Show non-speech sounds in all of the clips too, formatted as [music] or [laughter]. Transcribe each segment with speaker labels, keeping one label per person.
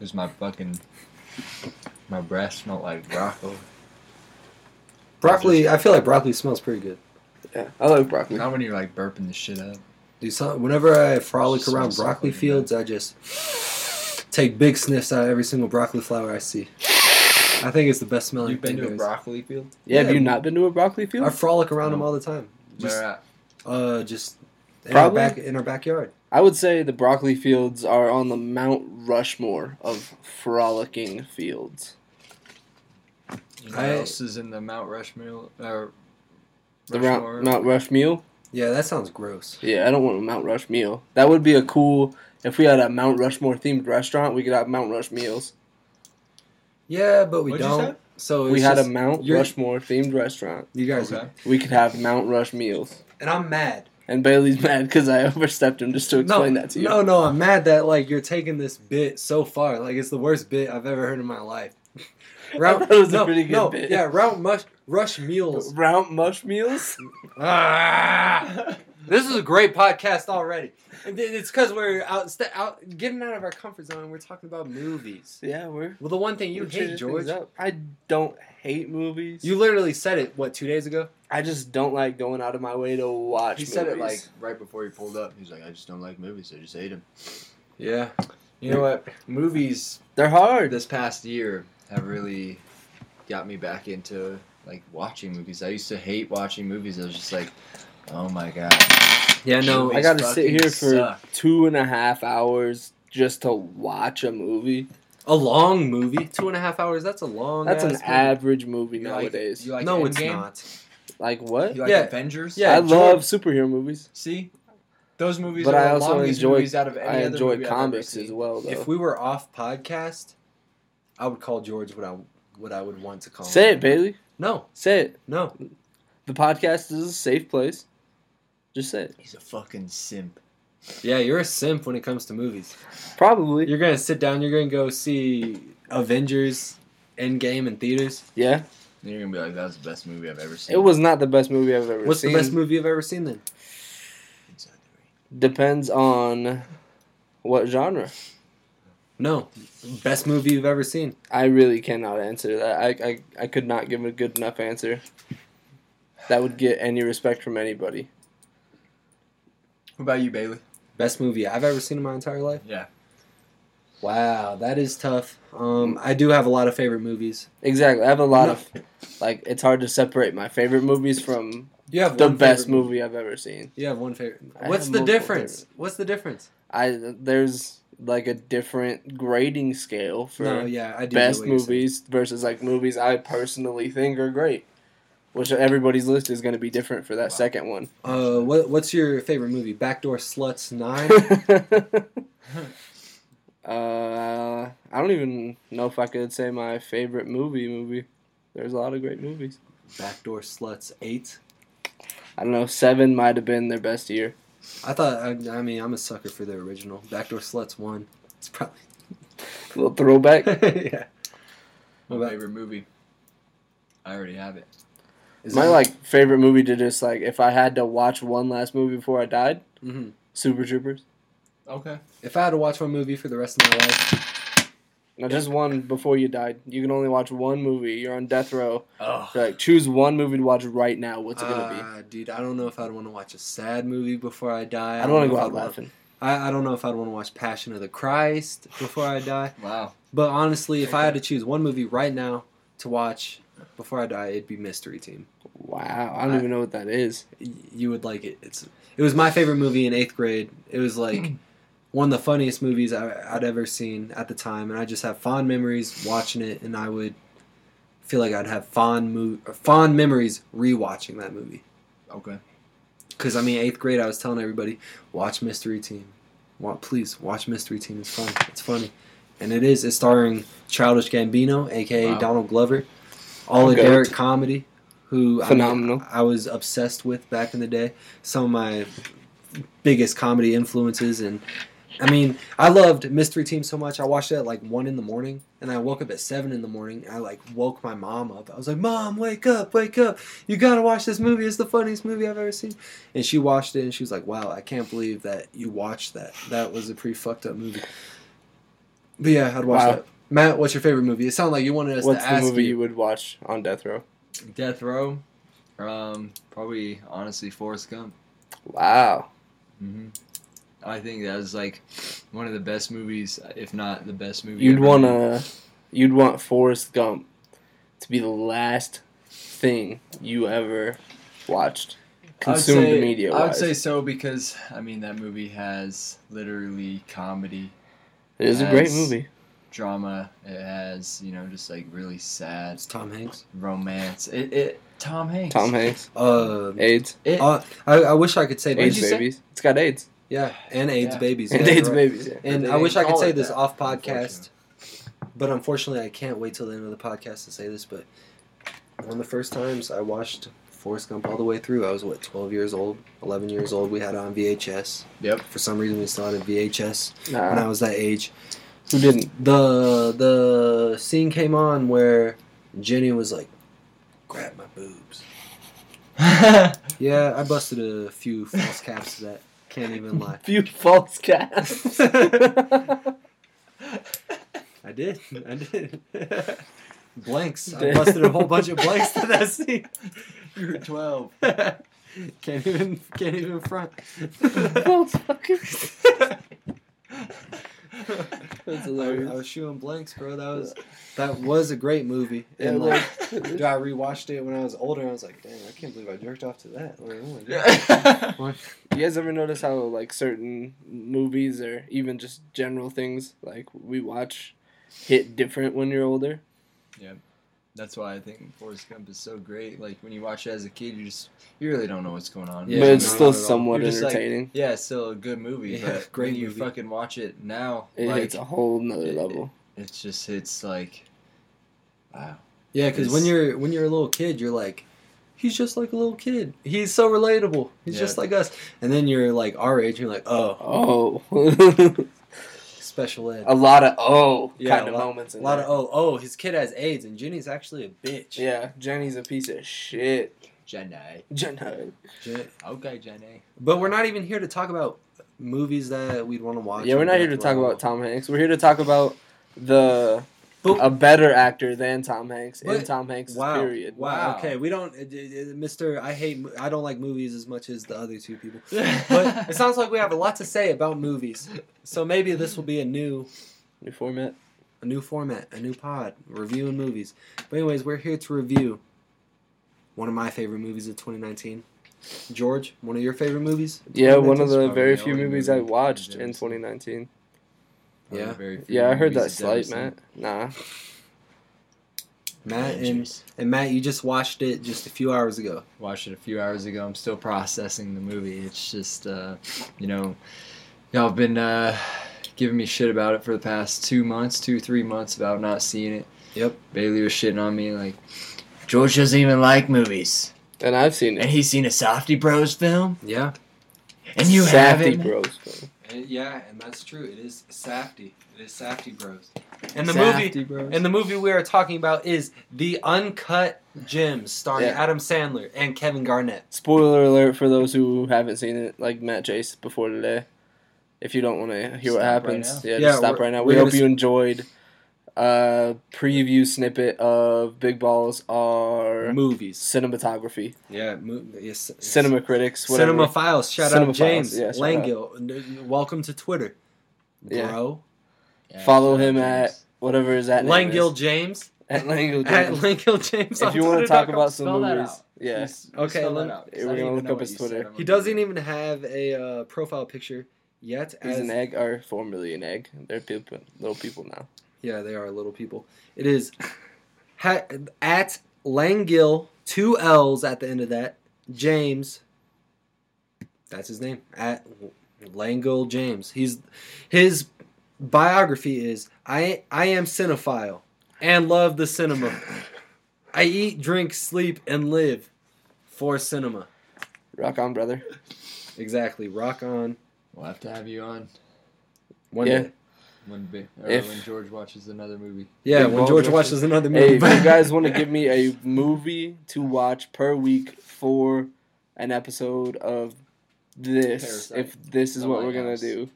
Speaker 1: Cause my fucking my breath smelled like broccoli.
Speaker 2: Broccoli, I feel like broccoli smells pretty good.
Speaker 3: Yeah, I like broccoli.
Speaker 1: Not when you're like burping the shit up.
Speaker 2: Dude, some, whenever I frolic
Speaker 1: Smells
Speaker 2: around
Speaker 1: so
Speaker 2: broccoli
Speaker 1: fucking
Speaker 2: fields, I just take big sniffs out of every single broccoli flower I see. I think it's the best smelling
Speaker 1: You've been
Speaker 2: thing
Speaker 1: to a
Speaker 2: there is.
Speaker 1: broccoli field?
Speaker 3: Yeah, have
Speaker 2: Yeah.
Speaker 3: you not been to a broccoli field?
Speaker 2: I frolic around them all the time. Just,
Speaker 1: Where at?
Speaker 2: uh, just in our
Speaker 3: Probably.
Speaker 2: back in our backyard.
Speaker 3: I would say the broccoli fields are on the Mount Rushmore of frolicking fields.
Speaker 1: You know
Speaker 2: I-
Speaker 1: what else is in the Mount Rushmore? Uh,
Speaker 3: The
Speaker 1: Rushmore?
Speaker 3: Mount, Mount Rush meal?
Speaker 2: Yeah, that sounds gross.
Speaker 3: Yeah, I don't want a Mount Rush meal. That would be a cool. If we had a Mount Rushmore themed restaurant, we could have Mount Rush meals.
Speaker 2: Yeah, but we
Speaker 1: What'd you say?
Speaker 2: don't. So it's
Speaker 3: we had
Speaker 2: just-
Speaker 3: a Mount
Speaker 2: you're-
Speaker 3: Rushmore themed restaurant.
Speaker 2: You guys,
Speaker 1: Okay.
Speaker 3: We could have Mount Rush meals.
Speaker 2: and I'm mad.
Speaker 3: And Bailey's [laughs] mad because I overstepped him just to
Speaker 2: No,
Speaker 3: explain that to you.
Speaker 2: no, no, I'm mad that like you're taking this bit so far. Like it's the worst bit I've ever heard in my
Speaker 3: [laughs]
Speaker 2: life.
Speaker 3: thought it was a
Speaker 2: no,
Speaker 3: pretty good
Speaker 2: no,
Speaker 3: bit.
Speaker 2: Yeah, route mush, rush
Speaker 3: [laughs]
Speaker 2: meals.
Speaker 3: Mount Mush meals?
Speaker 2: Ah, this is a great podcast already. And th- It's because we're out, st- out, getting out of our comfort zone. We're talking about movies.
Speaker 3: [laughs] Yeah, we're.
Speaker 2: Well, the one thing you
Speaker 3: we're
Speaker 2: hate,
Speaker 3: changing
Speaker 2: George.
Speaker 3: things up. I don't hate movies.
Speaker 2: You literally said it what two days ago.
Speaker 3: I just don't like going out of my way to watch.
Speaker 1: He said it like
Speaker 3: movies.
Speaker 1: right before he pulled up. He's like, I just don't like movies. I just hate them.
Speaker 2: Yeah,
Speaker 1: You know what? Movies
Speaker 3: they're hard.
Speaker 1: this past year have really got me back into like watching movies. I used to hate watching movies. I was just like, oh my god.
Speaker 2: yeah. No,
Speaker 1: Movies
Speaker 3: I gotta sit
Speaker 1: fucking
Speaker 3: here for
Speaker 1: suck.
Speaker 3: two and a half hours just to watch a movie.
Speaker 2: a long movie, two and a half hours. That's a long.
Speaker 3: That's an
Speaker 2: ass movie.
Speaker 3: average movie
Speaker 1: You like-
Speaker 3: nowadays.
Speaker 1: you like
Speaker 2: no, it's
Speaker 1: Endgame?
Speaker 2: not.
Speaker 3: Like what?
Speaker 1: You like
Speaker 2: Yeah.
Speaker 1: Avengers?
Speaker 2: Yeah,
Speaker 3: I
Speaker 2: George-
Speaker 3: love superhero movies.
Speaker 1: See, those movies
Speaker 3: But
Speaker 1: are
Speaker 3: I
Speaker 1: the
Speaker 3: also
Speaker 1: longest
Speaker 3: enjoy-
Speaker 1: movies out of any
Speaker 3: I
Speaker 1: other
Speaker 3: enjoy
Speaker 1: movie I've ever
Speaker 3: comics
Speaker 1: seen.
Speaker 3: as well, though.
Speaker 2: If we were off podcast, I would call George what I what I would want to call.
Speaker 3: Say
Speaker 2: him.
Speaker 3: it, Bailey.
Speaker 2: No,
Speaker 3: Say it.
Speaker 2: no.
Speaker 3: The podcast is a safe place. Just say it.
Speaker 1: He's a fucking simp.
Speaker 2: Yeah, you're a simp when it comes to movies.
Speaker 3: Probably.
Speaker 2: You're gonna sit down. You're gonna go see Avengers, Endgame in theaters.
Speaker 3: Yeah.
Speaker 1: Then you're gonna be like, that was the best movie I've ever seen.
Speaker 3: It was not the best movie I've ever
Speaker 2: What's
Speaker 3: seen.
Speaker 2: the best movie you've ever seen? Then
Speaker 1: Inside the Ring.
Speaker 3: Depends on what genre.
Speaker 2: no, best movie you've ever seen.
Speaker 3: I really cannot answer that. I, I, I could not give a good enough answer. That would get any respect from anybody.
Speaker 1: What about you, Bailey?
Speaker 2: Best movie I've ever seen in my entire life.
Speaker 1: Yeah.
Speaker 2: Wow, that is tough. Um, I do have a lot of favorite movies.
Speaker 3: Exactly. I have a lot of like it's hard to separate my favorite movies from
Speaker 2: You have
Speaker 3: the
Speaker 2: one
Speaker 3: best
Speaker 2: favorite
Speaker 3: movie I've ever seen.
Speaker 2: You have one favorite.
Speaker 3: I
Speaker 2: What's
Speaker 3: have
Speaker 2: the
Speaker 3: multiple
Speaker 2: difference? What's the difference?
Speaker 3: I there's like a different grading scale for
Speaker 2: no, yeah, I do. know
Speaker 3: best
Speaker 2: what you're saying.
Speaker 3: movies versus like movies I personally think are great, which everybody's list is going to be different for that
Speaker 1: Wow.
Speaker 3: second one.
Speaker 2: Uh, what what's your favorite movie? Backdoor Sluts
Speaker 3: [laughs]
Speaker 2: Nine.
Speaker 3: uh, I don't even know if I could say my favorite movie. Movie. There's a lot of great movies.
Speaker 2: Backdoor Sluts Eight.
Speaker 3: I don't know. Seven might have been their best year.
Speaker 2: I thought. I, I mean, I'm a sucker for the original. Backdoor Sluts One. It's probably. [laughs]
Speaker 3: little [laughs] throwback.
Speaker 2: yeah. What
Speaker 1: My
Speaker 2: about-
Speaker 1: favorite movie. I already have it.
Speaker 2: Is
Speaker 3: my
Speaker 2: it-
Speaker 3: like favorite movie to just like if I had to watch one last movie before I died,
Speaker 2: Mhm.
Speaker 3: Super Troopers.
Speaker 1: Okay.
Speaker 2: If I had to watch one movie for the rest of my life,
Speaker 3: No, just one before you died. You can only watch one movie. You're on death row.
Speaker 1: Oh.
Speaker 3: You're like choose one movie to watch right now. What's it gonna be?
Speaker 2: uh, dude, I don't know if I'd want to watch a sad movie before I die.
Speaker 3: I don't want to
Speaker 2: know
Speaker 3: go
Speaker 2: if
Speaker 3: out
Speaker 2: I'd want-
Speaker 3: laughing.
Speaker 2: I, I don't know if I'd want to watch Passion of the Christ before I die.
Speaker 1: Wow.
Speaker 2: But honestly, if I had to choose one movie right now to watch before I die, it'd be Mystery Team.
Speaker 3: Wow, I don't
Speaker 2: I-
Speaker 3: even know what that is.
Speaker 2: Y- You would like it. It's it was my favorite movie in eighth grade. It was like one of the funniest movies I, I'd ever seen at the time, and I just have fond memories watching it. And I would feel like I'd have fond mo- fond memories rewatching that movie.
Speaker 1: Okay.
Speaker 2: Because I mean, eighth grade, I was telling everybody, watch Mystery Team. Wa please watch Mystery Team. It's funny. It's funny, and it is. It's starring Childish Gambino, aka
Speaker 1: Wow.
Speaker 2: Donald Glover, all
Speaker 3: Okay.
Speaker 2: a Derek comedy, who I mean,
Speaker 3: Phenomenal.
Speaker 2: I, was obsessed with back in the day. Some of my biggest comedy influences, and I mean, I loved Mystery Team so much. I watched it at like one in the morning, and I woke up at seven in the morning. I like woke my mom up. I was like, "Mom, wake up, wake up! You gotta watch this movie. It's the funniest movie I've ever seen." And she watched it, and she was like, "Wow, I can't believe that you watched that. That was a pretty fucked up movie." But yeah, I'd watch
Speaker 3: Wow.
Speaker 2: that. Matt, what's your favorite movie? It sounded like you wanted us
Speaker 3: What's
Speaker 2: to
Speaker 3: the
Speaker 2: ask
Speaker 3: movie you
Speaker 2: you.
Speaker 3: would watch on death row?
Speaker 1: Death Row. Um, probably honestly Forrest Gump.
Speaker 3: Wow. Mm-hmm.
Speaker 1: hmm I think that was like one of the best movies, if not the best movie.
Speaker 3: You'd
Speaker 1: ever
Speaker 3: want
Speaker 1: made.
Speaker 3: to you'd want Forrest Gump to be the last thing you ever watched
Speaker 1: I would
Speaker 3: consumed
Speaker 1: say-
Speaker 3: media
Speaker 1: I would
Speaker 3: wise.
Speaker 1: say so because I mean that movie has literally comedy,
Speaker 3: it is a great
Speaker 1: as-
Speaker 3: movie.
Speaker 1: drama. It has you know just like really sad
Speaker 2: It's Tom Hanks.
Speaker 1: romance. It, it Tom Hanks.
Speaker 3: Tom Hanks,
Speaker 2: Uh,
Speaker 3: AIDS,
Speaker 1: It,
Speaker 2: uh, I, I wish I could say
Speaker 1: What'd
Speaker 3: AIDS
Speaker 1: you
Speaker 2: this.
Speaker 1: say?
Speaker 3: babies. It's got AIDS
Speaker 2: Yeah, and AIDS
Speaker 1: Yeah.
Speaker 2: babies.
Speaker 3: and
Speaker 2: yeah,
Speaker 3: AIDS
Speaker 2: you're right.
Speaker 3: babies. Yeah.
Speaker 2: And
Speaker 1: They
Speaker 2: I wish I could
Speaker 1: call
Speaker 2: say
Speaker 1: it
Speaker 2: this
Speaker 1: that,
Speaker 2: off podcast, but unfortunately I can't wait till the end of the podcast to say this. But one of the first times I watched Forrest Gump all the way through, I was what twelve years old, eleven years old. We had it on VHS.
Speaker 1: Yep.
Speaker 2: For some reason, we still had a VHS when I
Speaker 3: Nah,
Speaker 2: was that age.
Speaker 3: who didn't?
Speaker 2: the the scene came on where Jenny was like, "Grab my boobs."
Speaker 3: Oh.
Speaker 1: [laughs]
Speaker 2: Yeah, I busted a few false caps to that. Can't even lie.
Speaker 3: [laughs] Few false casts.
Speaker 2: I did. [laughs] I did. blanks. I busted a whole bunch of blanks to that [laughs] scene.
Speaker 1: you were twelve.
Speaker 2: Can't even. Can't even [laughs] front.
Speaker 3: false fucking. That's
Speaker 2: I, I
Speaker 3: hilarious.
Speaker 2: was shooting blanks, bro. That was that was a great movie. And
Speaker 3: Yeah,
Speaker 2: like,
Speaker 3: [laughs]
Speaker 2: dude, I rewatched it when I was older. and I was like, damn, I can't believe I jerked off to that. Like, oh my God. [laughs]
Speaker 3: You guys ever notice how like certain movies or even just general things like we watch hit different when you're older?
Speaker 1: That's why I think Forrest Gump is so great. Like when you watch it as a kid, you just you really don't know what's going on.
Speaker 2: Yeah,
Speaker 3: but it's
Speaker 2: no, not
Speaker 3: still
Speaker 2: at all.
Speaker 3: somewhat
Speaker 1: You're just like-
Speaker 3: entertaining.
Speaker 1: Yeah, it's still a good movie,
Speaker 2: Yeah,
Speaker 1: but
Speaker 2: great
Speaker 1: when you
Speaker 2: movie.
Speaker 1: fucking watch it now,
Speaker 3: it
Speaker 1: like
Speaker 3: hits a whole nother
Speaker 1: it-
Speaker 3: level.
Speaker 1: it's just it's like, wow.
Speaker 2: Yeah, because
Speaker 1: It's-
Speaker 2: when you're when you're a little kid, you're like, he's just like a little kid. He's so relatable. He's
Speaker 1: Yeah.
Speaker 2: just like us. And then you're like our age, you're like, oh,
Speaker 3: Oh, [laughs]
Speaker 2: special ed.
Speaker 3: a lot of oh
Speaker 2: Yeah,
Speaker 3: kind
Speaker 2: a
Speaker 3: of
Speaker 2: lot-
Speaker 3: moments.
Speaker 2: A
Speaker 3: In
Speaker 2: lot of
Speaker 3: there.
Speaker 2: oh, oh, his kid has AIDS, and Jenny's actually a bitch.
Speaker 3: Yeah, Jenny's a piece of shit.
Speaker 1: Jenny,
Speaker 3: [laughs] Jenny.
Speaker 2: Jen-
Speaker 1: okay, Jenny.
Speaker 2: But we're not even here to talk about movies that we'd want to watch.
Speaker 3: Yeah, we're not here to talk about Tom Hanks. We're here to talk about the
Speaker 2: But-
Speaker 3: a better actor than Tom Hanks in
Speaker 2: But-
Speaker 3: Tom Hanks'
Speaker 2: Wow.
Speaker 3: period.
Speaker 2: wow.
Speaker 1: Wow.
Speaker 2: Okay, we don't, uh, uh, Mister. I hate. mo- I don't like movies as much as the other two people.
Speaker 1: [laughs]
Speaker 2: But it sounds like we have a lot to say about movies. So maybe this will be a new
Speaker 3: New format.
Speaker 2: a new format, a new pod, reviewing movies. But anyways, we're here to review one of my favorite movies of 2019. George, one of your favorite movies?
Speaker 3: Yeah, one
Speaker 2: 2019
Speaker 3: of
Speaker 2: 's
Speaker 3: the
Speaker 1: probably
Speaker 3: very
Speaker 1: the
Speaker 3: few
Speaker 1: only
Speaker 3: movies
Speaker 1: movie
Speaker 3: I watched
Speaker 1: I've ever
Speaker 3: in
Speaker 1: seen.
Speaker 3: 2019.
Speaker 1: One of
Speaker 2: Yeah.
Speaker 1: the very few
Speaker 3: Yeah, I heard that
Speaker 1: movies he's ever
Speaker 3: slight,
Speaker 1: seen.
Speaker 3: Matt. Nah,
Speaker 2: Matt and,
Speaker 1: Avengers.
Speaker 2: and Matt, you just watched it just a few hours ago.
Speaker 1: watched it a few hours ago. I'm still processing the movie. It's just, uh, you know, y'all have been uh, giving me shit about it for the past two months, two, three months about not seeing it.
Speaker 2: Yep.
Speaker 1: Bailey was shitting on me like, George doesn't even like movies.
Speaker 3: and I've seen
Speaker 1: And
Speaker 3: it.
Speaker 1: he's seen a Softy Bros film?
Speaker 2: Yeah.
Speaker 1: And you
Speaker 3: Safety
Speaker 1: haven't?
Speaker 3: Bros. bro.
Speaker 2: yeah, and that's true. It is Safty. It is Safty Bros. And
Speaker 1: And
Speaker 2: the movie
Speaker 1: Bros.
Speaker 2: and the movie we are talking about is The Uncut Gems starring
Speaker 3: Yeah.
Speaker 2: Adam Sandler and Kevin Garnett.
Speaker 3: Spoiler alert for those who haven't seen it, like Matt Jace before today. If you don't want to hear
Speaker 1: Stop
Speaker 3: what
Speaker 1: right
Speaker 3: happens,
Speaker 1: now.
Speaker 3: yeah,
Speaker 2: Yeah,
Speaker 3: just stop
Speaker 2: we're-
Speaker 3: right now.
Speaker 2: we're
Speaker 3: We
Speaker 2: gonna
Speaker 3: hope you
Speaker 2: s-
Speaker 3: enjoyed a preview snippet of Big Balls are
Speaker 2: Movies.
Speaker 3: cinematography,
Speaker 2: Yeah, mo- yes,
Speaker 3: cinema critics, whatever.
Speaker 2: Cinema Files. Shout out
Speaker 3: Cinemaphiles,
Speaker 2: James
Speaker 3: yeah, shout
Speaker 2: Langill. N- n- Welcome to Twitter,
Speaker 3: Yeah.
Speaker 2: bro.
Speaker 1: Yeah,
Speaker 3: Follow
Speaker 1: shout out
Speaker 3: him
Speaker 1: James.
Speaker 3: at whatever is that name
Speaker 2: Langill
Speaker 3: is.
Speaker 2: James
Speaker 3: [laughs] At
Speaker 2: [laughs]
Speaker 3: Langill.
Speaker 2: at
Speaker 3: James.
Speaker 2: Langill James.
Speaker 3: If
Speaker 2: on
Speaker 3: you want to
Speaker 2: Twitter dot
Speaker 3: talk
Speaker 2: com.
Speaker 3: about some
Speaker 1: Spell that
Speaker 3: movies,
Speaker 1: out.
Speaker 3: yeah,
Speaker 1: Please
Speaker 2: Okay,
Speaker 1: spell
Speaker 2: let-
Speaker 1: that out, 'cause
Speaker 3: we're
Speaker 1: I don't
Speaker 3: gonna
Speaker 1: even
Speaker 3: look
Speaker 1: know
Speaker 3: up
Speaker 1: what
Speaker 3: his
Speaker 1: you said.
Speaker 3: Twitter.
Speaker 1: I'm
Speaker 2: he
Speaker 1: looking
Speaker 2: doesn't
Speaker 1: it up.
Speaker 2: even have a uh, profile picture yet.
Speaker 3: he's
Speaker 2: as-
Speaker 3: an egg, or formerly an egg. They're people, little people now.
Speaker 2: Yeah, they are little people. It is ha- at Langill two L's at the end of that. James. That's his name. At Langill James. He's his biography is I I am cinephile and love the cinema. I eat, drink, sleep, and live for cinema.
Speaker 3: Rock on, brother.
Speaker 2: Exactly. Rock on.
Speaker 1: We'll have to have you on
Speaker 2: One
Speaker 3: Yeah.
Speaker 2: day.
Speaker 1: when, Bi- or
Speaker 3: If-
Speaker 1: when George watches another movie.
Speaker 2: Yeah,
Speaker 3: Big
Speaker 2: when
Speaker 3: balls
Speaker 2: George
Speaker 3: versus-
Speaker 2: watches another
Speaker 3: Hey,
Speaker 2: movie.
Speaker 3: if you guys want to give me a movie to watch per week for an episode of this,
Speaker 1: Parasite. Oh
Speaker 3: if this is
Speaker 1: The
Speaker 3: what we're gonna
Speaker 1: Lighthouse.
Speaker 3: do,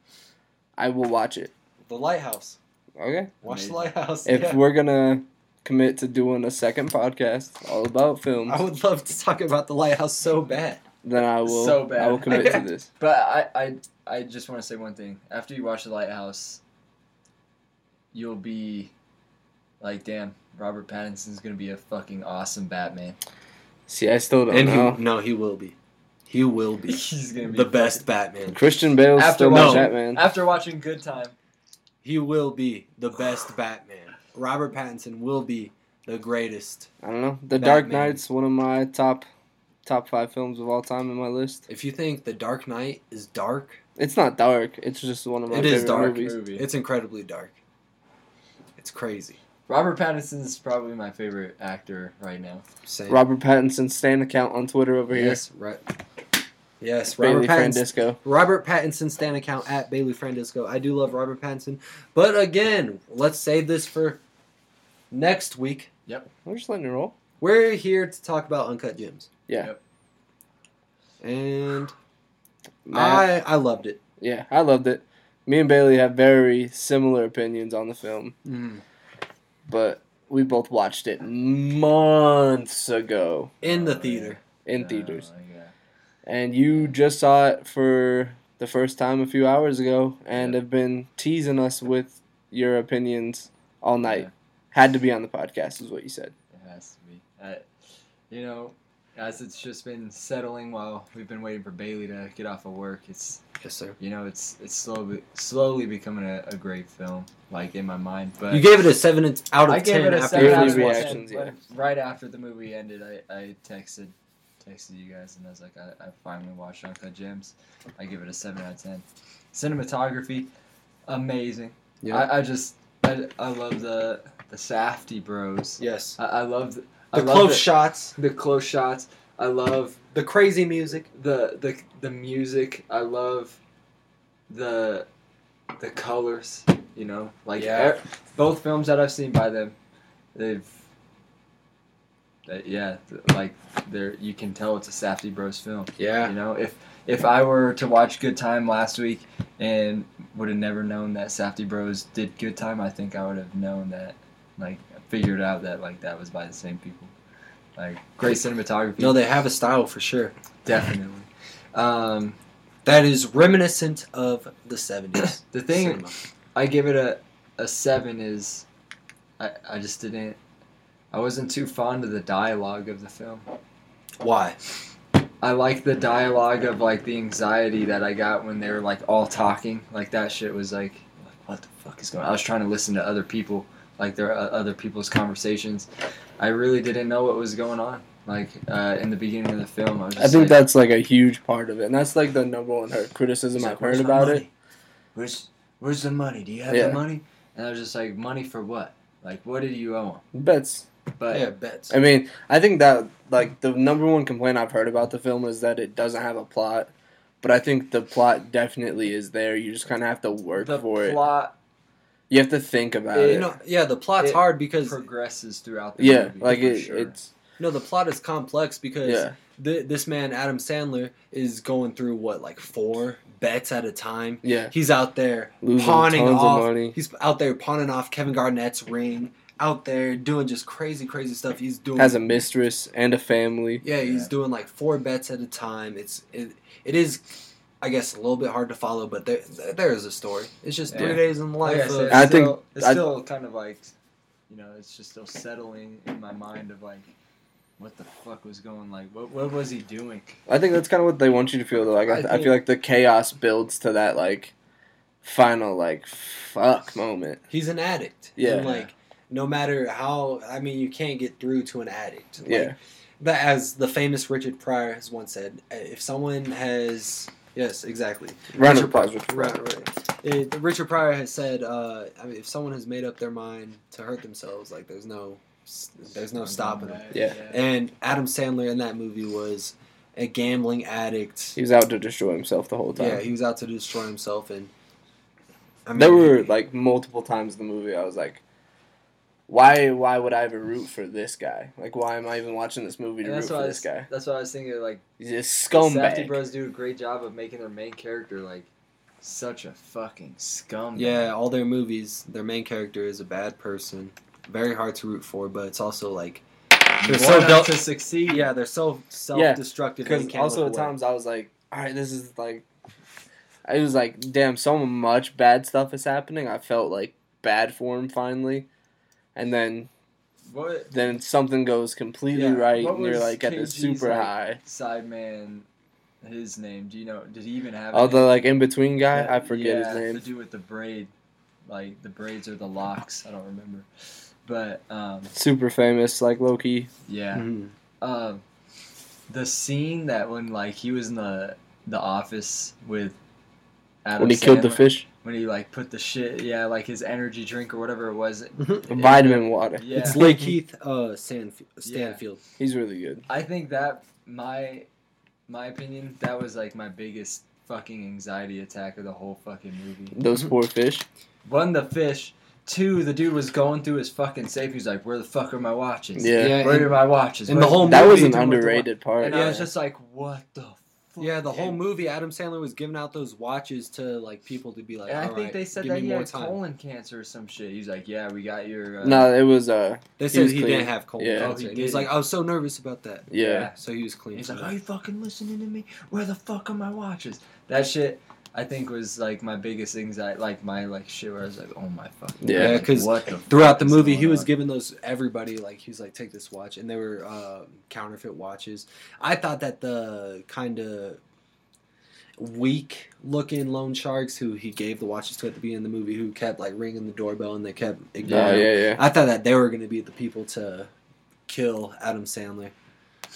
Speaker 3: I will watch it.
Speaker 2: [laughs] the lighthouse.
Speaker 3: Okay.
Speaker 2: Watch
Speaker 1: Amazing.
Speaker 2: the lighthouse.
Speaker 3: If
Speaker 2: yeah.
Speaker 3: we're gonna commit to doing a second podcast all about films,
Speaker 2: I would love to talk about the lighthouse so bad.
Speaker 3: then I will.
Speaker 1: So bad.
Speaker 3: I will commit to this.
Speaker 1: But I, I, I just want to say one thing. After you watch The Lighthouse, you'll be like, damn, Robert Pattinson's going to be a fucking awesome Batman. [laughs]
Speaker 3: See, I still don't
Speaker 2: and
Speaker 3: know.
Speaker 2: he, no, he will be. [laughs] He will be
Speaker 1: He's going to be
Speaker 2: the best Batman.
Speaker 3: Christian Bale's
Speaker 1: After
Speaker 3: still my
Speaker 2: watching-
Speaker 3: Batman.
Speaker 1: After watching Good Time,
Speaker 2: He will be the best Batman. Robert Pattinson will be the greatest.
Speaker 3: I don't know. The
Speaker 2: Batman.
Speaker 3: Dark Knight's one of my top top five films of all time in my list.
Speaker 2: If you think The Dark Knight is dark,
Speaker 3: It's not dark. It's just one of my
Speaker 2: It is
Speaker 3: favorite
Speaker 2: dark.
Speaker 3: movies.
Speaker 1: movie.
Speaker 2: it's incredibly dark. It's crazy.
Speaker 1: Robert Pattinson's probably my favorite actor right now.
Speaker 2: Same.
Speaker 3: Robert Pattinson stand account on Twitter over here.
Speaker 2: yes, right. Yes, Robert
Speaker 3: Bailey
Speaker 2: Pattinson.
Speaker 3: Francisco.
Speaker 2: Robert Pattinson stan account at Bailey Frandisco. I do love Robert Pattinson, but again, let's save this for next week.
Speaker 3: We're just letting it roll.
Speaker 2: We're here to talk about uncut gems.
Speaker 3: Yeah.
Speaker 1: Yep.
Speaker 2: And
Speaker 3: Matt-
Speaker 2: I I loved it.
Speaker 3: yeah, I loved it. Me and Bailey have very similar opinions on the film, but we both watched it months ago
Speaker 2: In the
Speaker 1: Oh,
Speaker 2: theater.
Speaker 3: in
Speaker 1: Oh,
Speaker 3: theaters.
Speaker 1: yeah.
Speaker 3: And you just saw it for the first time a few hours ago and
Speaker 1: Yeah.
Speaker 3: have been teasing us with your opinions all night. Had to be on the podcast, is what you said.
Speaker 1: It has to be. I, you know, as it's just been settling while we've been waiting for Bailey to get off of work, it's
Speaker 2: Yes, sir.
Speaker 1: you know it's it's slowly slowly becoming a, a great film, like in my mind. But
Speaker 2: You gave it a seven in- out of
Speaker 1: I
Speaker 2: ten
Speaker 1: gave it a
Speaker 2: after
Speaker 1: seven
Speaker 3: Early
Speaker 1: out of
Speaker 2: first watch.
Speaker 3: reactions,
Speaker 1: ten. but Right after the movie ended, I, I texted texted you guys and I was like, I, I finally watched Uncut Gems. I give it a seven out of ten. Cinematography, amazing.
Speaker 2: Yeah.
Speaker 1: I, I just I, I love the the Safety bros.
Speaker 2: Yes.
Speaker 1: I, I love the, I
Speaker 2: The
Speaker 1: love
Speaker 2: close
Speaker 1: the-
Speaker 2: shots,
Speaker 1: the close shots. I love
Speaker 2: the crazy music.
Speaker 1: the the the music. I love the the colors. You know, like
Speaker 2: Yeah.
Speaker 1: e- both films that I've seen by them, they've that- yeah, th- like they're you can tell it's a Safety Bros film.
Speaker 2: Yeah.
Speaker 1: You know, if if I were to watch Good Time last week and would have never known that Safety Bros did Good Time, I think I would have known that, like, figured out that like that was by the same people. Like great cinematography,
Speaker 2: No, they have a style for sure.
Speaker 1: definitely. Um,
Speaker 2: That is reminiscent of the seventies.
Speaker 1: the thing I give it a a seven is, I I just didn't. I wasn't too fond of the dialogue of the film.
Speaker 2: Why?
Speaker 1: I like the dialogue of like the anxiety that I got when they were like all talking. Like that shit was like, what the fuck is going? on? I was trying to listen to other people, like their uh, other people's conversations. I really didn't know what was going on. Like uh, in the beginning of the film, I was.
Speaker 3: I
Speaker 1: Just
Speaker 3: think
Speaker 1: like,
Speaker 3: that's like a huge part of it, and that's like the number one hurt criticism I've heard about it.
Speaker 1: Where's Where's the money? Do you
Speaker 3: have the Yeah.
Speaker 1: money? And I was just like, money for what? Like, what did you owe
Speaker 3: Bets.
Speaker 1: him? But
Speaker 2: yeah, bets.
Speaker 3: I mean, I think that like the number one complaint I've heard about the film is that it doesn't have a plot, but I think the plot definitely is there. You just kind of have to work
Speaker 1: the
Speaker 3: for it.
Speaker 1: plot
Speaker 3: You have to think about
Speaker 1: It-
Speaker 3: it.
Speaker 2: Uh, You know, yeah, the plot's
Speaker 1: It-
Speaker 2: hard because
Speaker 1: progresses throughout the
Speaker 3: yeah,
Speaker 1: movie.
Speaker 3: like
Speaker 1: for
Speaker 3: it,
Speaker 1: sure.
Speaker 3: it's
Speaker 2: no, the plot is complex because
Speaker 3: yeah,
Speaker 2: th- this man Adam Sandler is going through what like four bets at a time.
Speaker 3: yeah.
Speaker 2: He's out there
Speaker 3: Losing
Speaker 2: pawning
Speaker 3: tons
Speaker 2: off.
Speaker 3: of money.
Speaker 2: He's out there pawning off Kevin Garnett's ring. Out there doing just crazy, crazy stuff. He's doing
Speaker 3: Has a mistress and a family.
Speaker 2: Yeah, he's
Speaker 1: Yeah.
Speaker 2: doing like four bets at a time. It's it, it is, I guess, a little bit hard to follow, but there there is a story. It's just
Speaker 1: Yeah.
Speaker 2: three days in the life.
Speaker 1: like I,
Speaker 2: of,
Speaker 1: said,
Speaker 3: I
Speaker 1: it's
Speaker 3: think-
Speaker 1: still, it's
Speaker 3: I-
Speaker 1: still kind of like, you know, it's just still settling in my mind of like, what the fuck was going? Like, what what was he doing?
Speaker 3: I think that's kind of what they want you to feel though. Like I,
Speaker 1: I
Speaker 3: I
Speaker 1: think-
Speaker 3: feel like the chaos builds to that like final like fuck moment.
Speaker 2: he's an addict.
Speaker 3: Yeah.
Speaker 2: And like no matter how I mean you can't get through to an addict. Like,
Speaker 3: Yeah.
Speaker 2: That as the famous Richard Pryor has once said, if someone has yes, exactly.
Speaker 3: Round of
Speaker 2: Richard
Speaker 3: applause.
Speaker 2: Pryor-
Speaker 3: Richard Pryor.
Speaker 2: Right, right. It- Richard Pryor has said, uh, I mean, if someone has made up their mind to hurt themselves, like there's no, there's no stopping them.
Speaker 3: Yeah.
Speaker 2: And Adam Sandler in that movie was a gambling addict.
Speaker 3: He was out to destroy himself the whole time.
Speaker 2: Yeah, he was out to destroy himself, and I
Speaker 3: there were like multiple times in the movie I was like, why why would I ever root for this guy? Like why am I even watching this movie to
Speaker 1: And
Speaker 3: root
Speaker 1: that's what, I
Speaker 3: for
Speaker 1: was,
Speaker 3: this guy?
Speaker 1: that's what I was thinking. Like,
Speaker 3: He's a
Speaker 1: the Safety
Speaker 3: scumbag.
Speaker 1: Bros do a great job of making their main character like Such a fucking scumbag.
Speaker 2: Yeah, all their movies, their main character is a bad person. Very hard to root for, but it's also like
Speaker 1: You
Speaker 2: they're
Speaker 1: want
Speaker 2: so
Speaker 1: us
Speaker 2: del-
Speaker 1: to succeed.
Speaker 2: yeah, they're so self-destructive.
Speaker 3: Because also at times I was like, all right, this is like, I was like, damn, so much bad stuff is happening. I felt like bad for him finally, and then
Speaker 1: What
Speaker 3: then something goes completely
Speaker 1: Yeah,
Speaker 3: right,
Speaker 1: what
Speaker 3: and you're
Speaker 1: was
Speaker 3: like at this
Speaker 1: KG's,
Speaker 3: super
Speaker 1: like,
Speaker 3: high.
Speaker 1: sideman? His name? Do you know? Did he even have? a
Speaker 3: Oh,
Speaker 1: name?
Speaker 3: the like in between guy, I forget
Speaker 1: Yeah,
Speaker 3: his name.
Speaker 1: The dude with the braid, like the braids or the locks. I don't remember. But um,
Speaker 3: Super famous, like Loki.
Speaker 1: yeah,
Speaker 3: Hmm.
Speaker 1: um, the scene that when like he was in the the office with Adam
Speaker 3: when he killed the
Speaker 1: Sandler,
Speaker 3: fish,
Speaker 1: when he like put the shit yeah like his energy drink or whatever it was
Speaker 3: vitamin water.
Speaker 1: yeah
Speaker 2: Mm-hmm. It's Lake Keith uh, Sanf- Stanfield.
Speaker 3: He's really good.
Speaker 1: I think that my my opinion that was like my biggest fucking anxiety attack of the whole fucking movie.
Speaker 3: Those poor fish.
Speaker 1: One the fish, two the dude was going through his fucking safe. He was like, "Where the fuck are my watches?
Speaker 3: Yeah.
Speaker 2: Yeah,
Speaker 1: Where
Speaker 2: and-
Speaker 1: are my watches?"
Speaker 2: and
Speaker 1: Where-
Speaker 2: the whole
Speaker 3: That was
Speaker 2: movie
Speaker 3: an
Speaker 2: to what the-
Speaker 3: underrated part.
Speaker 1: and I
Speaker 3: Yeah.
Speaker 1: was just like, "What the?" fuck?
Speaker 2: Yeah, the whole
Speaker 1: And-
Speaker 2: movie, Adam Sandler was giving out those watches to like people to be like.
Speaker 1: And I
Speaker 2: "All
Speaker 1: think
Speaker 2: right,
Speaker 1: they said
Speaker 2: give
Speaker 1: that he
Speaker 2: me more
Speaker 1: had
Speaker 2: time."
Speaker 1: colon cancer or some shit. He's like, "Yeah, we got your." Uh,
Speaker 3: no, it was uh,
Speaker 2: They
Speaker 3: He
Speaker 2: said
Speaker 3: was
Speaker 2: he,
Speaker 3: clean.
Speaker 2: didn't have colon
Speaker 3: Yeah.
Speaker 2: cancer.
Speaker 1: Oh, he
Speaker 2: And he was
Speaker 1: didn't.
Speaker 2: like, I was so nervous about that.
Speaker 3: yeah.
Speaker 2: So he was clean.
Speaker 1: He's
Speaker 2: for
Speaker 1: like,
Speaker 2: that.
Speaker 1: "Are you fucking listening to me? Where the fuck are my watches?" That shit, I think, was like my biggest anxiety, like my like shit, where I was like, "Oh my fucking
Speaker 3: Yeah,
Speaker 1: God,
Speaker 2: 'cause
Speaker 1: what the fuck
Speaker 2: [laughs] Throughout the
Speaker 1: is
Speaker 2: movie,
Speaker 1: going
Speaker 2: he was
Speaker 1: on?
Speaker 2: giving those everybody like he was like, take this watch, and they were uh, counterfeit watches. I thought that the kind of weak looking loan sharks who he gave the watches to at the beginning of the movie, who kept like ringing the doorbell and they kept
Speaker 3: Yeah.
Speaker 2: ignoring.
Speaker 3: Oh,
Speaker 2: him.
Speaker 3: yeah, yeah.
Speaker 2: I thought that they were going to be the people to kill Adam Sandler.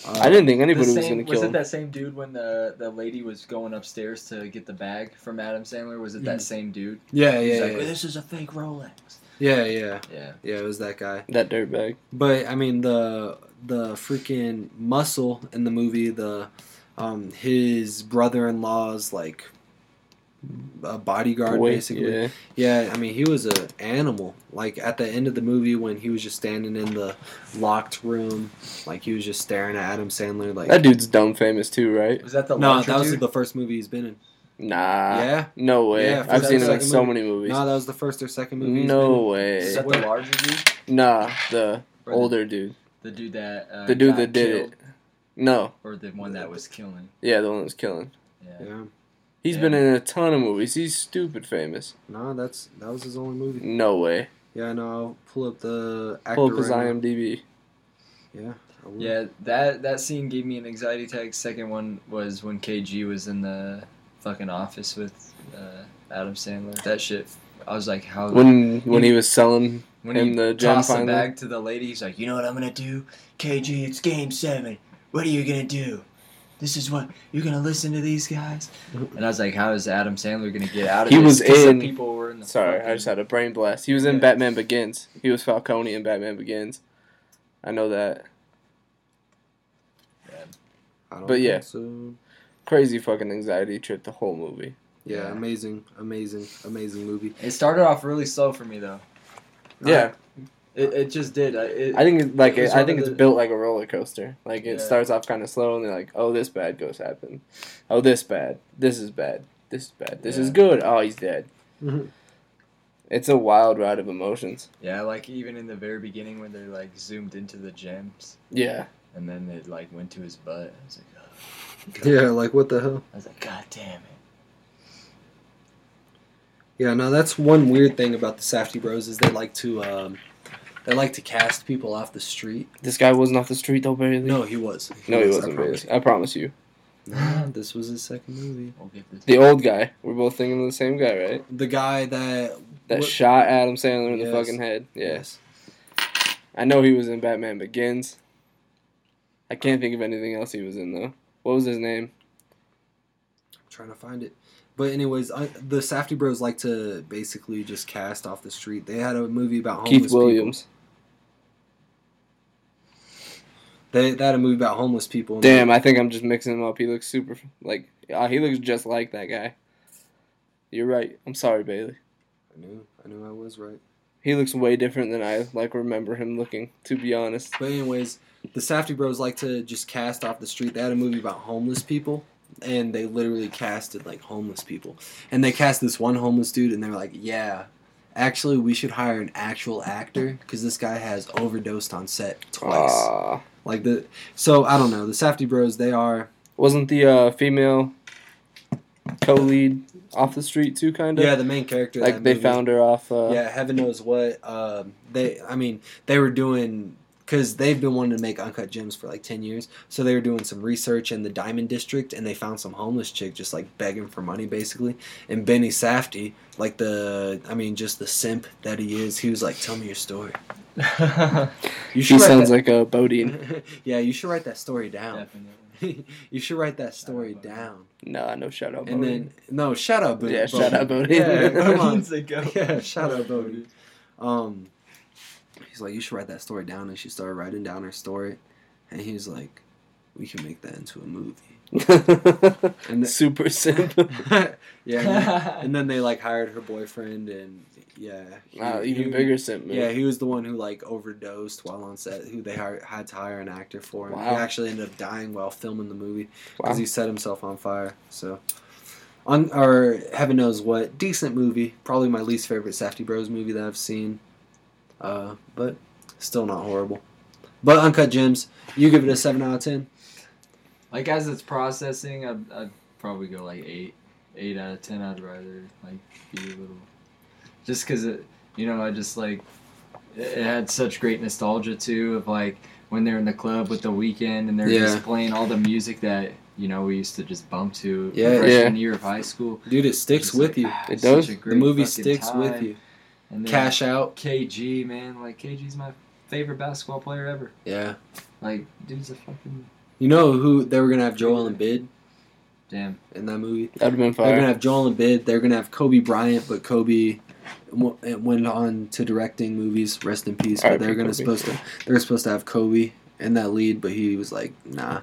Speaker 2: Uh,
Speaker 3: I didn't think
Speaker 1: The
Speaker 3: anybody was
Speaker 1: same-
Speaker 3: gonna kill
Speaker 1: it
Speaker 3: him.
Speaker 1: that same dude when the the lady was going upstairs to get the bag from Adam Sandler? Was it that same dude?
Speaker 2: Mm. Yeah, yeah,
Speaker 1: He's
Speaker 2: yeah,
Speaker 1: like, "This is a fake Rolex."
Speaker 2: yeah, yeah,
Speaker 1: Yeah.
Speaker 2: yeah. It was that guy.
Speaker 3: That dirtbag.
Speaker 2: But I mean the the freaking muscle in the movie, the um his brother in law's like a bodyguard
Speaker 3: Boy,
Speaker 2: basically. Yeah.
Speaker 3: Yeah.
Speaker 2: I mean he was a animal. Like at the end of the movie when he was just standing in the locked room, like he was just staring at Adam Sandler like
Speaker 3: That dude's dumb famous too, right?
Speaker 1: Was that the
Speaker 2: No,
Speaker 1: Luncher
Speaker 2: that was
Speaker 1: dude?
Speaker 2: the first movie he's been in.
Speaker 3: Nah.
Speaker 2: yeah.
Speaker 3: No way.
Speaker 2: Yeah, for
Speaker 3: I've
Speaker 2: that
Speaker 3: seen it like
Speaker 2: second
Speaker 3: so
Speaker 2: movie.
Speaker 3: many movies.
Speaker 2: No, that was the first or second movie. he's been
Speaker 3: no
Speaker 2: in.
Speaker 1: Is
Speaker 3: way.
Speaker 1: that the
Speaker 2: Where-
Speaker 1: larger dude?
Speaker 3: Nah, the
Speaker 1: Or the-
Speaker 3: older dude.
Speaker 1: The dude that uh,
Speaker 3: The dude
Speaker 1: got
Speaker 3: that did
Speaker 1: killed,
Speaker 3: it. No.
Speaker 1: or the one that was killing.
Speaker 3: Yeah, the one that was killing.
Speaker 1: Yeah.
Speaker 2: Yeah.
Speaker 3: He's
Speaker 1: Yeah.
Speaker 3: been in a ton of movies. He's stupid famous.
Speaker 2: No, that's that was his only movie.
Speaker 3: No way.
Speaker 2: Yeah, no, I'll pull up the actor.
Speaker 3: Pull up his
Speaker 2: right now.
Speaker 3: IMDb.
Speaker 2: Yeah. I will.
Speaker 1: Yeah, that that scene gave me an anxiety attack. Second one was when KG was in the fucking office with uh, Adam Sandler. That shit, I was like, how
Speaker 3: When when he was selling
Speaker 1: when
Speaker 3: in
Speaker 1: he
Speaker 3: the gym
Speaker 1: tossed the
Speaker 3: finally.
Speaker 1: bag to the lady, he's like, you know what I'm gonna do, KG? It's game seven. What are you gonna do? This is what you're gonna listen to these guys. And I was like, how is Adam Sandler gonna get out of
Speaker 3: He
Speaker 1: this?
Speaker 3: was
Speaker 1: 'Cause the
Speaker 3: in-
Speaker 1: People were in the
Speaker 3: Sorry,
Speaker 1: fucking-
Speaker 3: I just had a brain blast. He was in
Speaker 1: Yeah.
Speaker 3: Batman Begins. He was Falcone in Batman Begins. I know that.
Speaker 2: I don't
Speaker 3: But
Speaker 2: think
Speaker 3: yeah.
Speaker 2: So.
Speaker 3: Crazy fucking anxiety trip the whole movie.
Speaker 2: yeah.
Speaker 1: Yeah.
Speaker 2: amazing, amazing, amazing movie.
Speaker 1: It started off really slow for me though.
Speaker 3: Yeah,
Speaker 1: It, it just did. I- It,
Speaker 3: I think it's like
Speaker 1: It was
Speaker 3: I
Speaker 1: one
Speaker 3: think
Speaker 1: of
Speaker 3: it's
Speaker 1: the-
Speaker 3: built like a roller coaster. Like it
Speaker 1: Yeah.
Speaker 3: starts off kind of slow, and they're like, "Oh, this bad goes happen. Oh, this bad. This is bad. This is bad. This is
Speaker 1: Yeah.
Speaker 3: good. Oh, he's dead."
Speaker 2: Mhm.
Speaker 3: It's a wild ride of emotions.
Speaker 1: Yeah, like even in the very beginning when they like zoomed into the gems
Speaker 3: Yeah,
Speaker 1: and then it like went to his butt. I was like, oh.
Speaker 2: [laughs] Yeah, like what the hell?
Speaker 1: I was like, God damn it.
Speaker 2: Yeah, no, that's one weird thing about the Safety Bros is they like to, um, they like to cast people off the street.
Speaker 3: this guy wasn't off the street though, barely.
Speaker 2: No, he was.
Speaker 3: Mm-hmm. no, he
Speaker 2: was,
Speaker 3: wasn't.
Speaker 2: I
Speaker 3: Bailey.
Speaker 2: promise.
Speaker 3: I promise you.
Speaker 2: [laughs] Nah, this was his second movie.
Speaker 1: We'll get this.
Speaker 3: The old guy. We're both thinking of the same guy, right?
Speaker 2: The guy that.
Speaker 3: That
Speaker 2: what-
Speaker 3: shot Adam Sandler in
Speaker 2: Yes.
Speaker 3: the fucking head. Yeah, I know he was in Batman Begins. I can't think of anything else he was in though. What was his name?
Speaker 2: I'm trying to find it. But anyways, I, the Safety Bros like to basically just cast off the street. They had a movie about homeless
Speaker 3: Keith
Speaker 2: people.
Speaker 3: Williams.
Speaker 2: They, they had a movie about homeless people. and
Speaker 3: Damn, I think I'm just mixing him up. He looks super like uh, he looks just like that guy. You're right. I'm sorry, Bailey.
Speaker 2: I knew, I knew I was right.
Speaker 3: He looks way different than I like remember him looking. To be honest,
Speaker 2: But anyways, the Safety Bros like to just cast off the street. They had a movie about homeless people, and they literally casted like homeless people. And they cast this one homeless dude, and they were like, "Yeah, actually, we should hire an actual actor because this guy has overdosed on set twice."
Speaker 3: Ah.
Speaker 2: Like the so I don't know the Safety Bros. They are
Speaker 3: wasn't the uh, female co-lead off the street too? Kind of.
Speaker 2: yeah the main character. of
Speaker 3: Like
Speaker 2: that
Speaker 3: they
Speaker 2: movie.
Speaker 3: found her off. Uh,
Speaker 2: yeah heaven knows what um, they i mean they were doing because they've been wanting to make uncut gems for like 10 years so they were doing some research in the diamond district and they found some homeless chick just like begging for money basically and benny safty like the i mean just the simp that he is he was like tell me your story you
Speaker 3: She
Speaker 2: write
Speaker 3: sounds
Speaker 2: that-
Speaker 3: like a Bodine.
Speaker 2: [laughs] yeah you should write that story
Speaker 1: [laughs]
Speaker 2: down
Speaker 1: Definitely.
Speaker 2: [laughs] you should write that story
Speaker 1: Shout out, Bodine.
Speaker 2: down
Speaker 3: Nah, no shout out.
Speaker 2: and then no shout out Bo-
Speaker 3: yeah, shout out Bodine.
Speaker 2: Yeah, come on. oh,
Speaker 1: Needs to go.
Speaker 2: yeah, shout out Bodie. Um, he's like, you should write that story down, and she started writing down her story, and he's like, we can make that into a movie.
Speaker 3: [laughs]
Speaker 2: And th- [laughs]
Speaker 3: Super simp.
Speaker 2: yeah, and
Speaker 1: [laughs]
Speaker 2: then- and then they like hired her boyfriend, and yeah, he-
Speaker 3: Wow,
Speaker 2: he-
Speaker 3: even bigger simp. Man.
Speaker 2: Yeah, he was the one who like overdosed while on set. Who they hired, had to hire an actor for. And He
Speaker 3: Wow.
Speaker 2: actually ended up dying while filming the movie
Speaker 3: Wow.
Speaker 2: because he set himself on fire. So, on or heaven knows what decent movie. Probably my least favorite Safety Bros movie that I've seen, uh, but still not horrible. But Uncut Gems, you give it a seven out of ten.
Speaker 1: Like as it's processing, I'd, I'd probably go like eight, eight out of ten. I'd rather like be a little, just because it, you know, I just like it it had such great nostalgia too of like when they're in the club with the weekend and they're
Speaker 2: Yeah.
Speaker 1: just playing all the music that you know we used to just bump to
Speaker 2: Yeah.
Speaker 1: freshman year of high school.
Speaker 2: Dude, it sticks
Speaker 1: Just
Speaker 2: with
Speaker 1: like,
Speaker 2: you.
Speaker 1: ah,
Speaker 3: It
Speaker 1: such
Speaker 3: does.
Speaker 1: a
Speaker 2: The
Speaker 1: great
Speaker 2: movie
Speaker 1: fucking
Speaker 2: sticks with
Speaker 1: time.
Speaker 2: you.
Speaker 1: And then
Speaker 2: Cash out.
Speaker 1: KG man, like KG's my favorite basketball player ever.
Speaker 2: Yeah.
Speaker 1: Like dude's a fucking
Speaker 2: You know who they were gonna have Joel and Bid
Speaker 1: damn.
Speaker 2: in that movie.
Speaker 3: That'd have been
Speaker 2: They're gonna
Speaker 3: fire.
Speaker 2: have Joel and Bid. They're gonna have Kobe Bryant, but Kobe w- went on to directing movies. Rest in peace. But
Speaker 3: R.I.P.
Speaker 2: they're gonna
Speaker 3: Kobe.
Speaker 2: supposed to they're supposed to have Kobe in that lead, but he was like nah.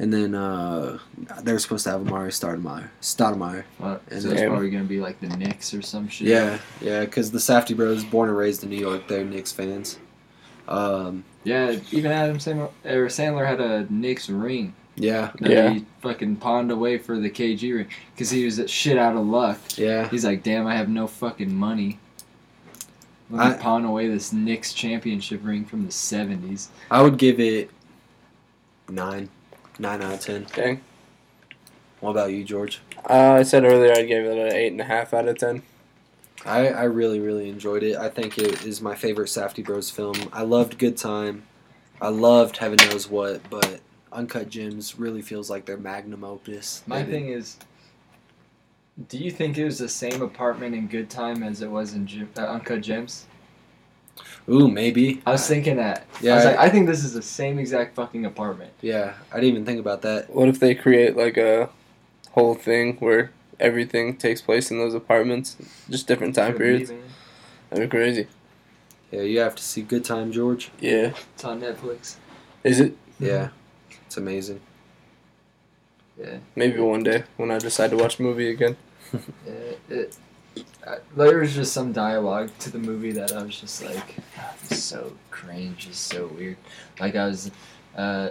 Speaker 2: And then uh, they're supposed to have Amari Stoudemire. Stoudemire.
Speaker 1: Uh,
Speaker 2: And
Speaker 1: so it's
Speaker 3: then-
Speaker 1: probably gonna be like the Knicks or some shit.
Speaker 2: Yeah, yeah. Because the Safety Bros, born and raised in New York, they're Knicks fans. Um,
Speaker 1: Yeah, even Adam Sandler, er, Sandler had a Knicks ring
Speaker 2: yeah,
Speaker 1: that
Speaker 3: Yeah.
Speaker 1: he fucking pawned away for the KG ring because he was shit out of luck.
Speaker 2: yeah.
Speaker 1: He's like, damn, I have no fucking money. Let me
Speaker 2: I-
Speaker 1: pawn away this Knicks championship ring from the 70s.
Speaker 2: I would give it nine, nine out of ten.
Speaker 3: Dang.
Speaker 2: What about you, George?
Speaker 3: Uh, I said earlier I'd give it an eight and a half out of ten.
Speaker 2: I, I really, really enjoyed it. I think it is my favorite Safety Bros film. I loved Good Time. I loved Heaven Knows What, but Uncut Gems really feels like their magnum opus.
Speaker 1: My
Speaker 2: They-
Speaker 1: thing is, do you think it was the same apartment in Good Time as it was in Jim, uh, Uncut Gems?
Speaker 2: Ooh, maybe.
Speaker 1: I was thinking that.
Speaker 2: Yeah,
Speaker 1: I was
Speaker 2: I-
Speaker 1: like, I think this is the same exact fucking apartment.
Speaker 2: yeah, I didn't even think about that.
Speaker 3: What if they create like a whole thing where everything takes place in those apartments, just different time
Speaker 1: Could be,
Speaker 3: periods?
Speaker 1: man.
Speaker 3: That'd be crazy.
Speaker 2: Yeah, you have to see Good Time, George.
Speaker 3: Yeah.
Speaker 1: It's on Netflix.
Speaker 3: Is it?
Speaker 1: Mm-hmm.
Speaker 2: Yeah, it's amazing.
Speaker 1: Yeah.
Speaker 3: Maybe one day when I decide to watch a movie again.
Speaker 1: Yeah, it, uh, there was just some dialogue to the movie that I was just like, "This is so cringe, it's so weird. Like I was, uh,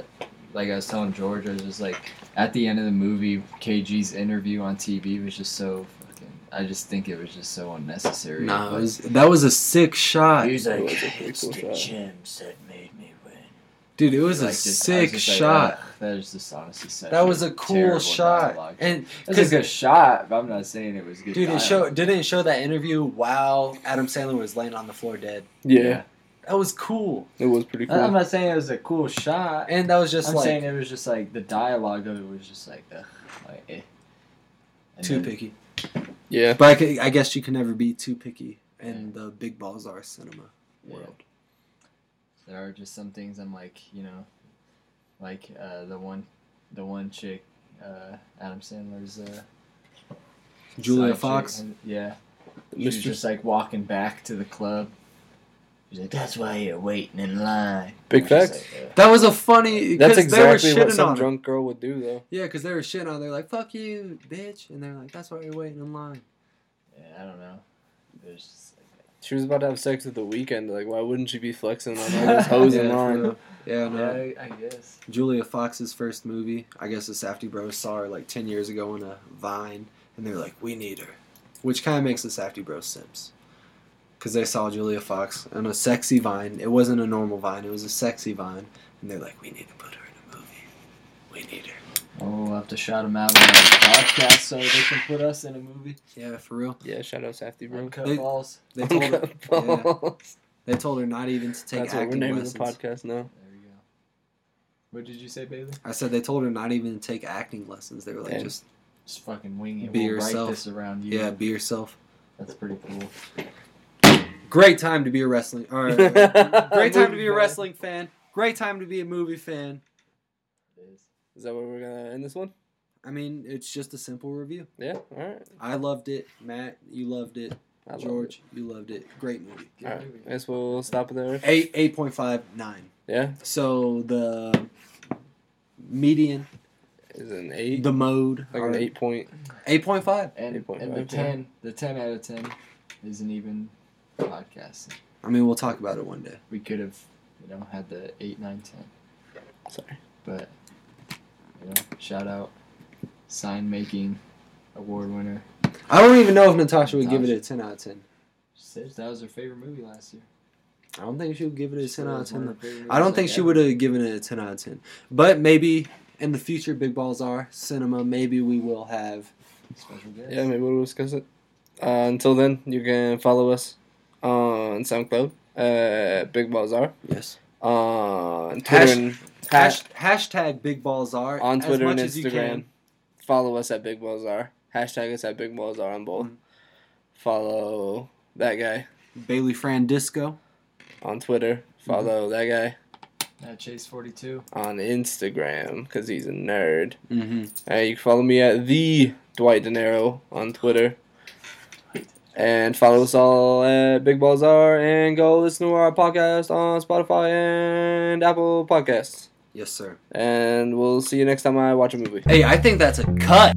Speaker 1: like I was telling George, I was just like, at the end of the movie, KG's interview on TV was just so fucking. I just think it was just so unnecessary.
Speaker 2: Nah, it
Speaker 1: Like,
Speaker 2: was, that was a sick shot.
Speaker 1: he was
Speaker 3: It
Speaker 1: like,
Speaker 3: was a pretty
Speaker 1: it's
Speaker 3: cool
Speaker 1: the
Speaker 3: shot."
Speaker 1: gems that made me win.
Speaker 2: Dude, it was a
Speaker 1: Like, just- I
Speaker 2: sick
Speaker 1: was just like,
Speaker 2: shot.
Speaker 1: "Ugh, that is just honestly such
Speaker 2: that was a cool
Speaker 1: terrible
Speaker 2: shot.
Speaker 1: dialogue.
Speaker 2: And
Speaker 1: It's a good shot, but I'm not saying it was good.
Speaker 2: Dude, it
Speaker 1: dialogue.
Speaker 2: show, didn't it show that interview while Adam Sandler was laying on the floor dead.
Speaker 3: Yeah,
Speaker 2: That was cool.
Speaker 3: it was pretty
Speaker 2: Uh,
Speaker 1: I'm
Speaker 3: cool.
Speaker 1: not saying it was a cool shot.
Speaker 2: And that was just
Speaker 1: I'm
Speaker 2: like
Speaker 1: saying it was just like the dialogue of it was just like, ugh, like eh. And
Speaker 2: too
Speaker 1: then-
Speaker 2: picky.
Speaker 3: Yeah.
Speaker 2: But I, could- I guess you can never be too picky in the big Balzar cinema
Speaker 1: Yeah.
Speaker 2: world.
Speaker 1: There are just some things I'm like, you know, like uh, the one, the one chick, uh, Adam Sandler's. Uh,
Speaker 2: Julia
Speaker 1: side chick,
Speaker 2: Fox.
Speaker 1: and- yeah, she was
Speaker 3: Mr.
Speaker 1: just like walking back to the club. She's like, "That's why you're waiting in line."
Speaker 3: Big
Speaker 1: I'm just
Speaker 3: facts.
Speaker 1: like,
Speaker 2: That was a funny.
Speaker 3: That's
Speaker 2: 'cause they were
Speaker 3: exactly what
Speaker 2: shitting
Speaker 3: some
Speaker 2: on her.
Speaker 3: drunk girl would do, though.
Speaker 2: Yeah, because they were shitting on. They're like, "Fuck you, bitch," and they're like, "That's why you're waiting in line."
Speaker 1: "Ugh." yeah, I don't know. It was just like,
Speaker 3: She was about to have sex at the weekend. Like, why wouldn't she be flexing on all
Speaker 2: [laughs]
Speaker 3: [laughs] those hoes in
Speaker 2: Yeah,
Speaker 3: line?
Speaker 2: for real. Yeah, no.
Speaker 1: I, I guess.
Speaker 2: Julia Fox's first movie. I guess the Safety Bros saw her like 10 years ago in a Vine, and they were like, we need her. Which kind of makes the Safety Bros simps. Because they saw Julia Fox on a sexy Vine. It wasn't a normal Vine, it was a sexy Vine. And they're like, we need to put her in a movie. We need her.
Speaker 1: Oh, we'll have to shout them out on our podcast so they can put us in a movie.
Speaker 2: Yeah, for real.
Speaker 3: Yeah, shout out Safety Bro.
Speaker 1: Uncut
Speaker 2: They-
Speaker 1: balls.
Speaker 2: They
Speaker 3: [laughs]
Speaker 2: told [laughs] her, yeah. they told her not even to take
Speaker 3: That's what we're
Speaker 2: acting
Speaker 3: naming
Speaker 2: lessons.
Speaker 3: the podcast now.
Speaker 1: There you go. What did you say, Bailey?
Speaker 2: I said they told her not even to take acting lessons. They were like,
Speaker 3: Yeah.
Speaker 2: just,
Speaker 1: Just fucking wing it.
Speaker 2: Be
Speaker 1: we'll
Speaker 2: yourself.
Speaker 1: write this around you.
Speaker 2: yeah, be yourself.
Speaker 1: That's pretty cool.
Speaker 2: Great time to be a wrestling. All
Speaker 3: [laughs]
Speaker 2: right. [laughs] Great time to be a
Speaker 3: Movie
Speaker 2: wrestling fan. Great time to be a movie fan.
Speaker 3: Is that where we're gonna end this one?
Speaker 2: I mean, it's just a simple review.
Speaker 3: Yeah. All right.
Speaker 2: I loved it. Matt, you loved it.
Speaker 3: I love it.
Speaker 2: George, you loved it. Great movie.
Speaker 1: Good
Speaker 3: All right.
Speaker 1: movie.
Speaker 3: I guess we'll stop it there.
Speaker 2: Eight eight point five nine.
Speaker 3: Yeah.
Speaker 2: So the median,
Speaker 3: Is it an eight?
Speaker 2: the mode,
Speaker 3: like an eight point.
Speaker 2: eight point five.
Speaker 1: And,
Speaker 3: 8.5,
Speaker 1: and the
Speaker 3: yeah.
Speaker 1: 10, the 10 out of 10 isn't even podcasting.
Speaker 2: I mean, we'll talk about it one day.
Speaker 1: We could have, you know, had the 8, 9, 10.
Speaker 3: Sorry.
Speaker 1: But, you know, shout out sign making award winner.
Speaker 2: I don't even know if Natasha would give it
Speaker 1: Natasha.
Speaker 2: a ten out of ten.
Speaker 1: She said that was her favorite movie last year.
Speaker 2: I don't think she would give it a
Speaker 1: She said
Speaker 2: ten
Speaker 1: it
Speaker 2: out of
Speaker 1: was one
Speaker 2: ten.
Speaker 1: of her favorite
Speaker 2: I don't
Speaker 1: movies,
Speaker 2: think
Speaker 1: like,
Speaker 2: she
Speaker 1: ever.
Speaker 2: would have given it a 10 out of 10. But maybe in the future, Big Balls are cinema. Maybe we will have.
Speaker 1: Special guest.
Speaker 3: Yeah, maybe we'll discuss it. Uh, until then, you can follow us on SoundCloud, uh, Big Bazaar, uh,
Speaker 2: Yes.
Speaker 3: on Twitter,
Speaker 2: Hash-
Speaker 3: and,
Speaker 2: Hash, hashtag Big Balls are.
Speaker 3: on
Speaker 2: as
Speaker 3: Twitter and
Speaker 2: much as you
Speaker 3: Instagram.
Speaker 2: can.
Speaker 3: Follow us at Big Bazaar. Hashtag us at Big Bazaar on both.
Speaker 2: Mhm.
Speaker 3: Follow that guy
Speaker 2: Bailey Frandisco.
Speaker 3: on Twitter.
Speaker 2: Mm-hmm.
Speaker 3: Follow that
Speaker 1: At Chase 42.
Speaker 3: guy on Instagram because he's a nerd.
Speaker 2: Mm-hmm.
Speaker 3: Uh, you can follow me at the Dwight De Niro on Twitter. And follow us all at Big Balzar and go listen to our podcast on Spotify and Apple Podcasts.
Speaker 2: Yes, sir.
Speaker 3: And we'll see you next time I watch a movie.
Speaker 2: Hey, I think that's a cut.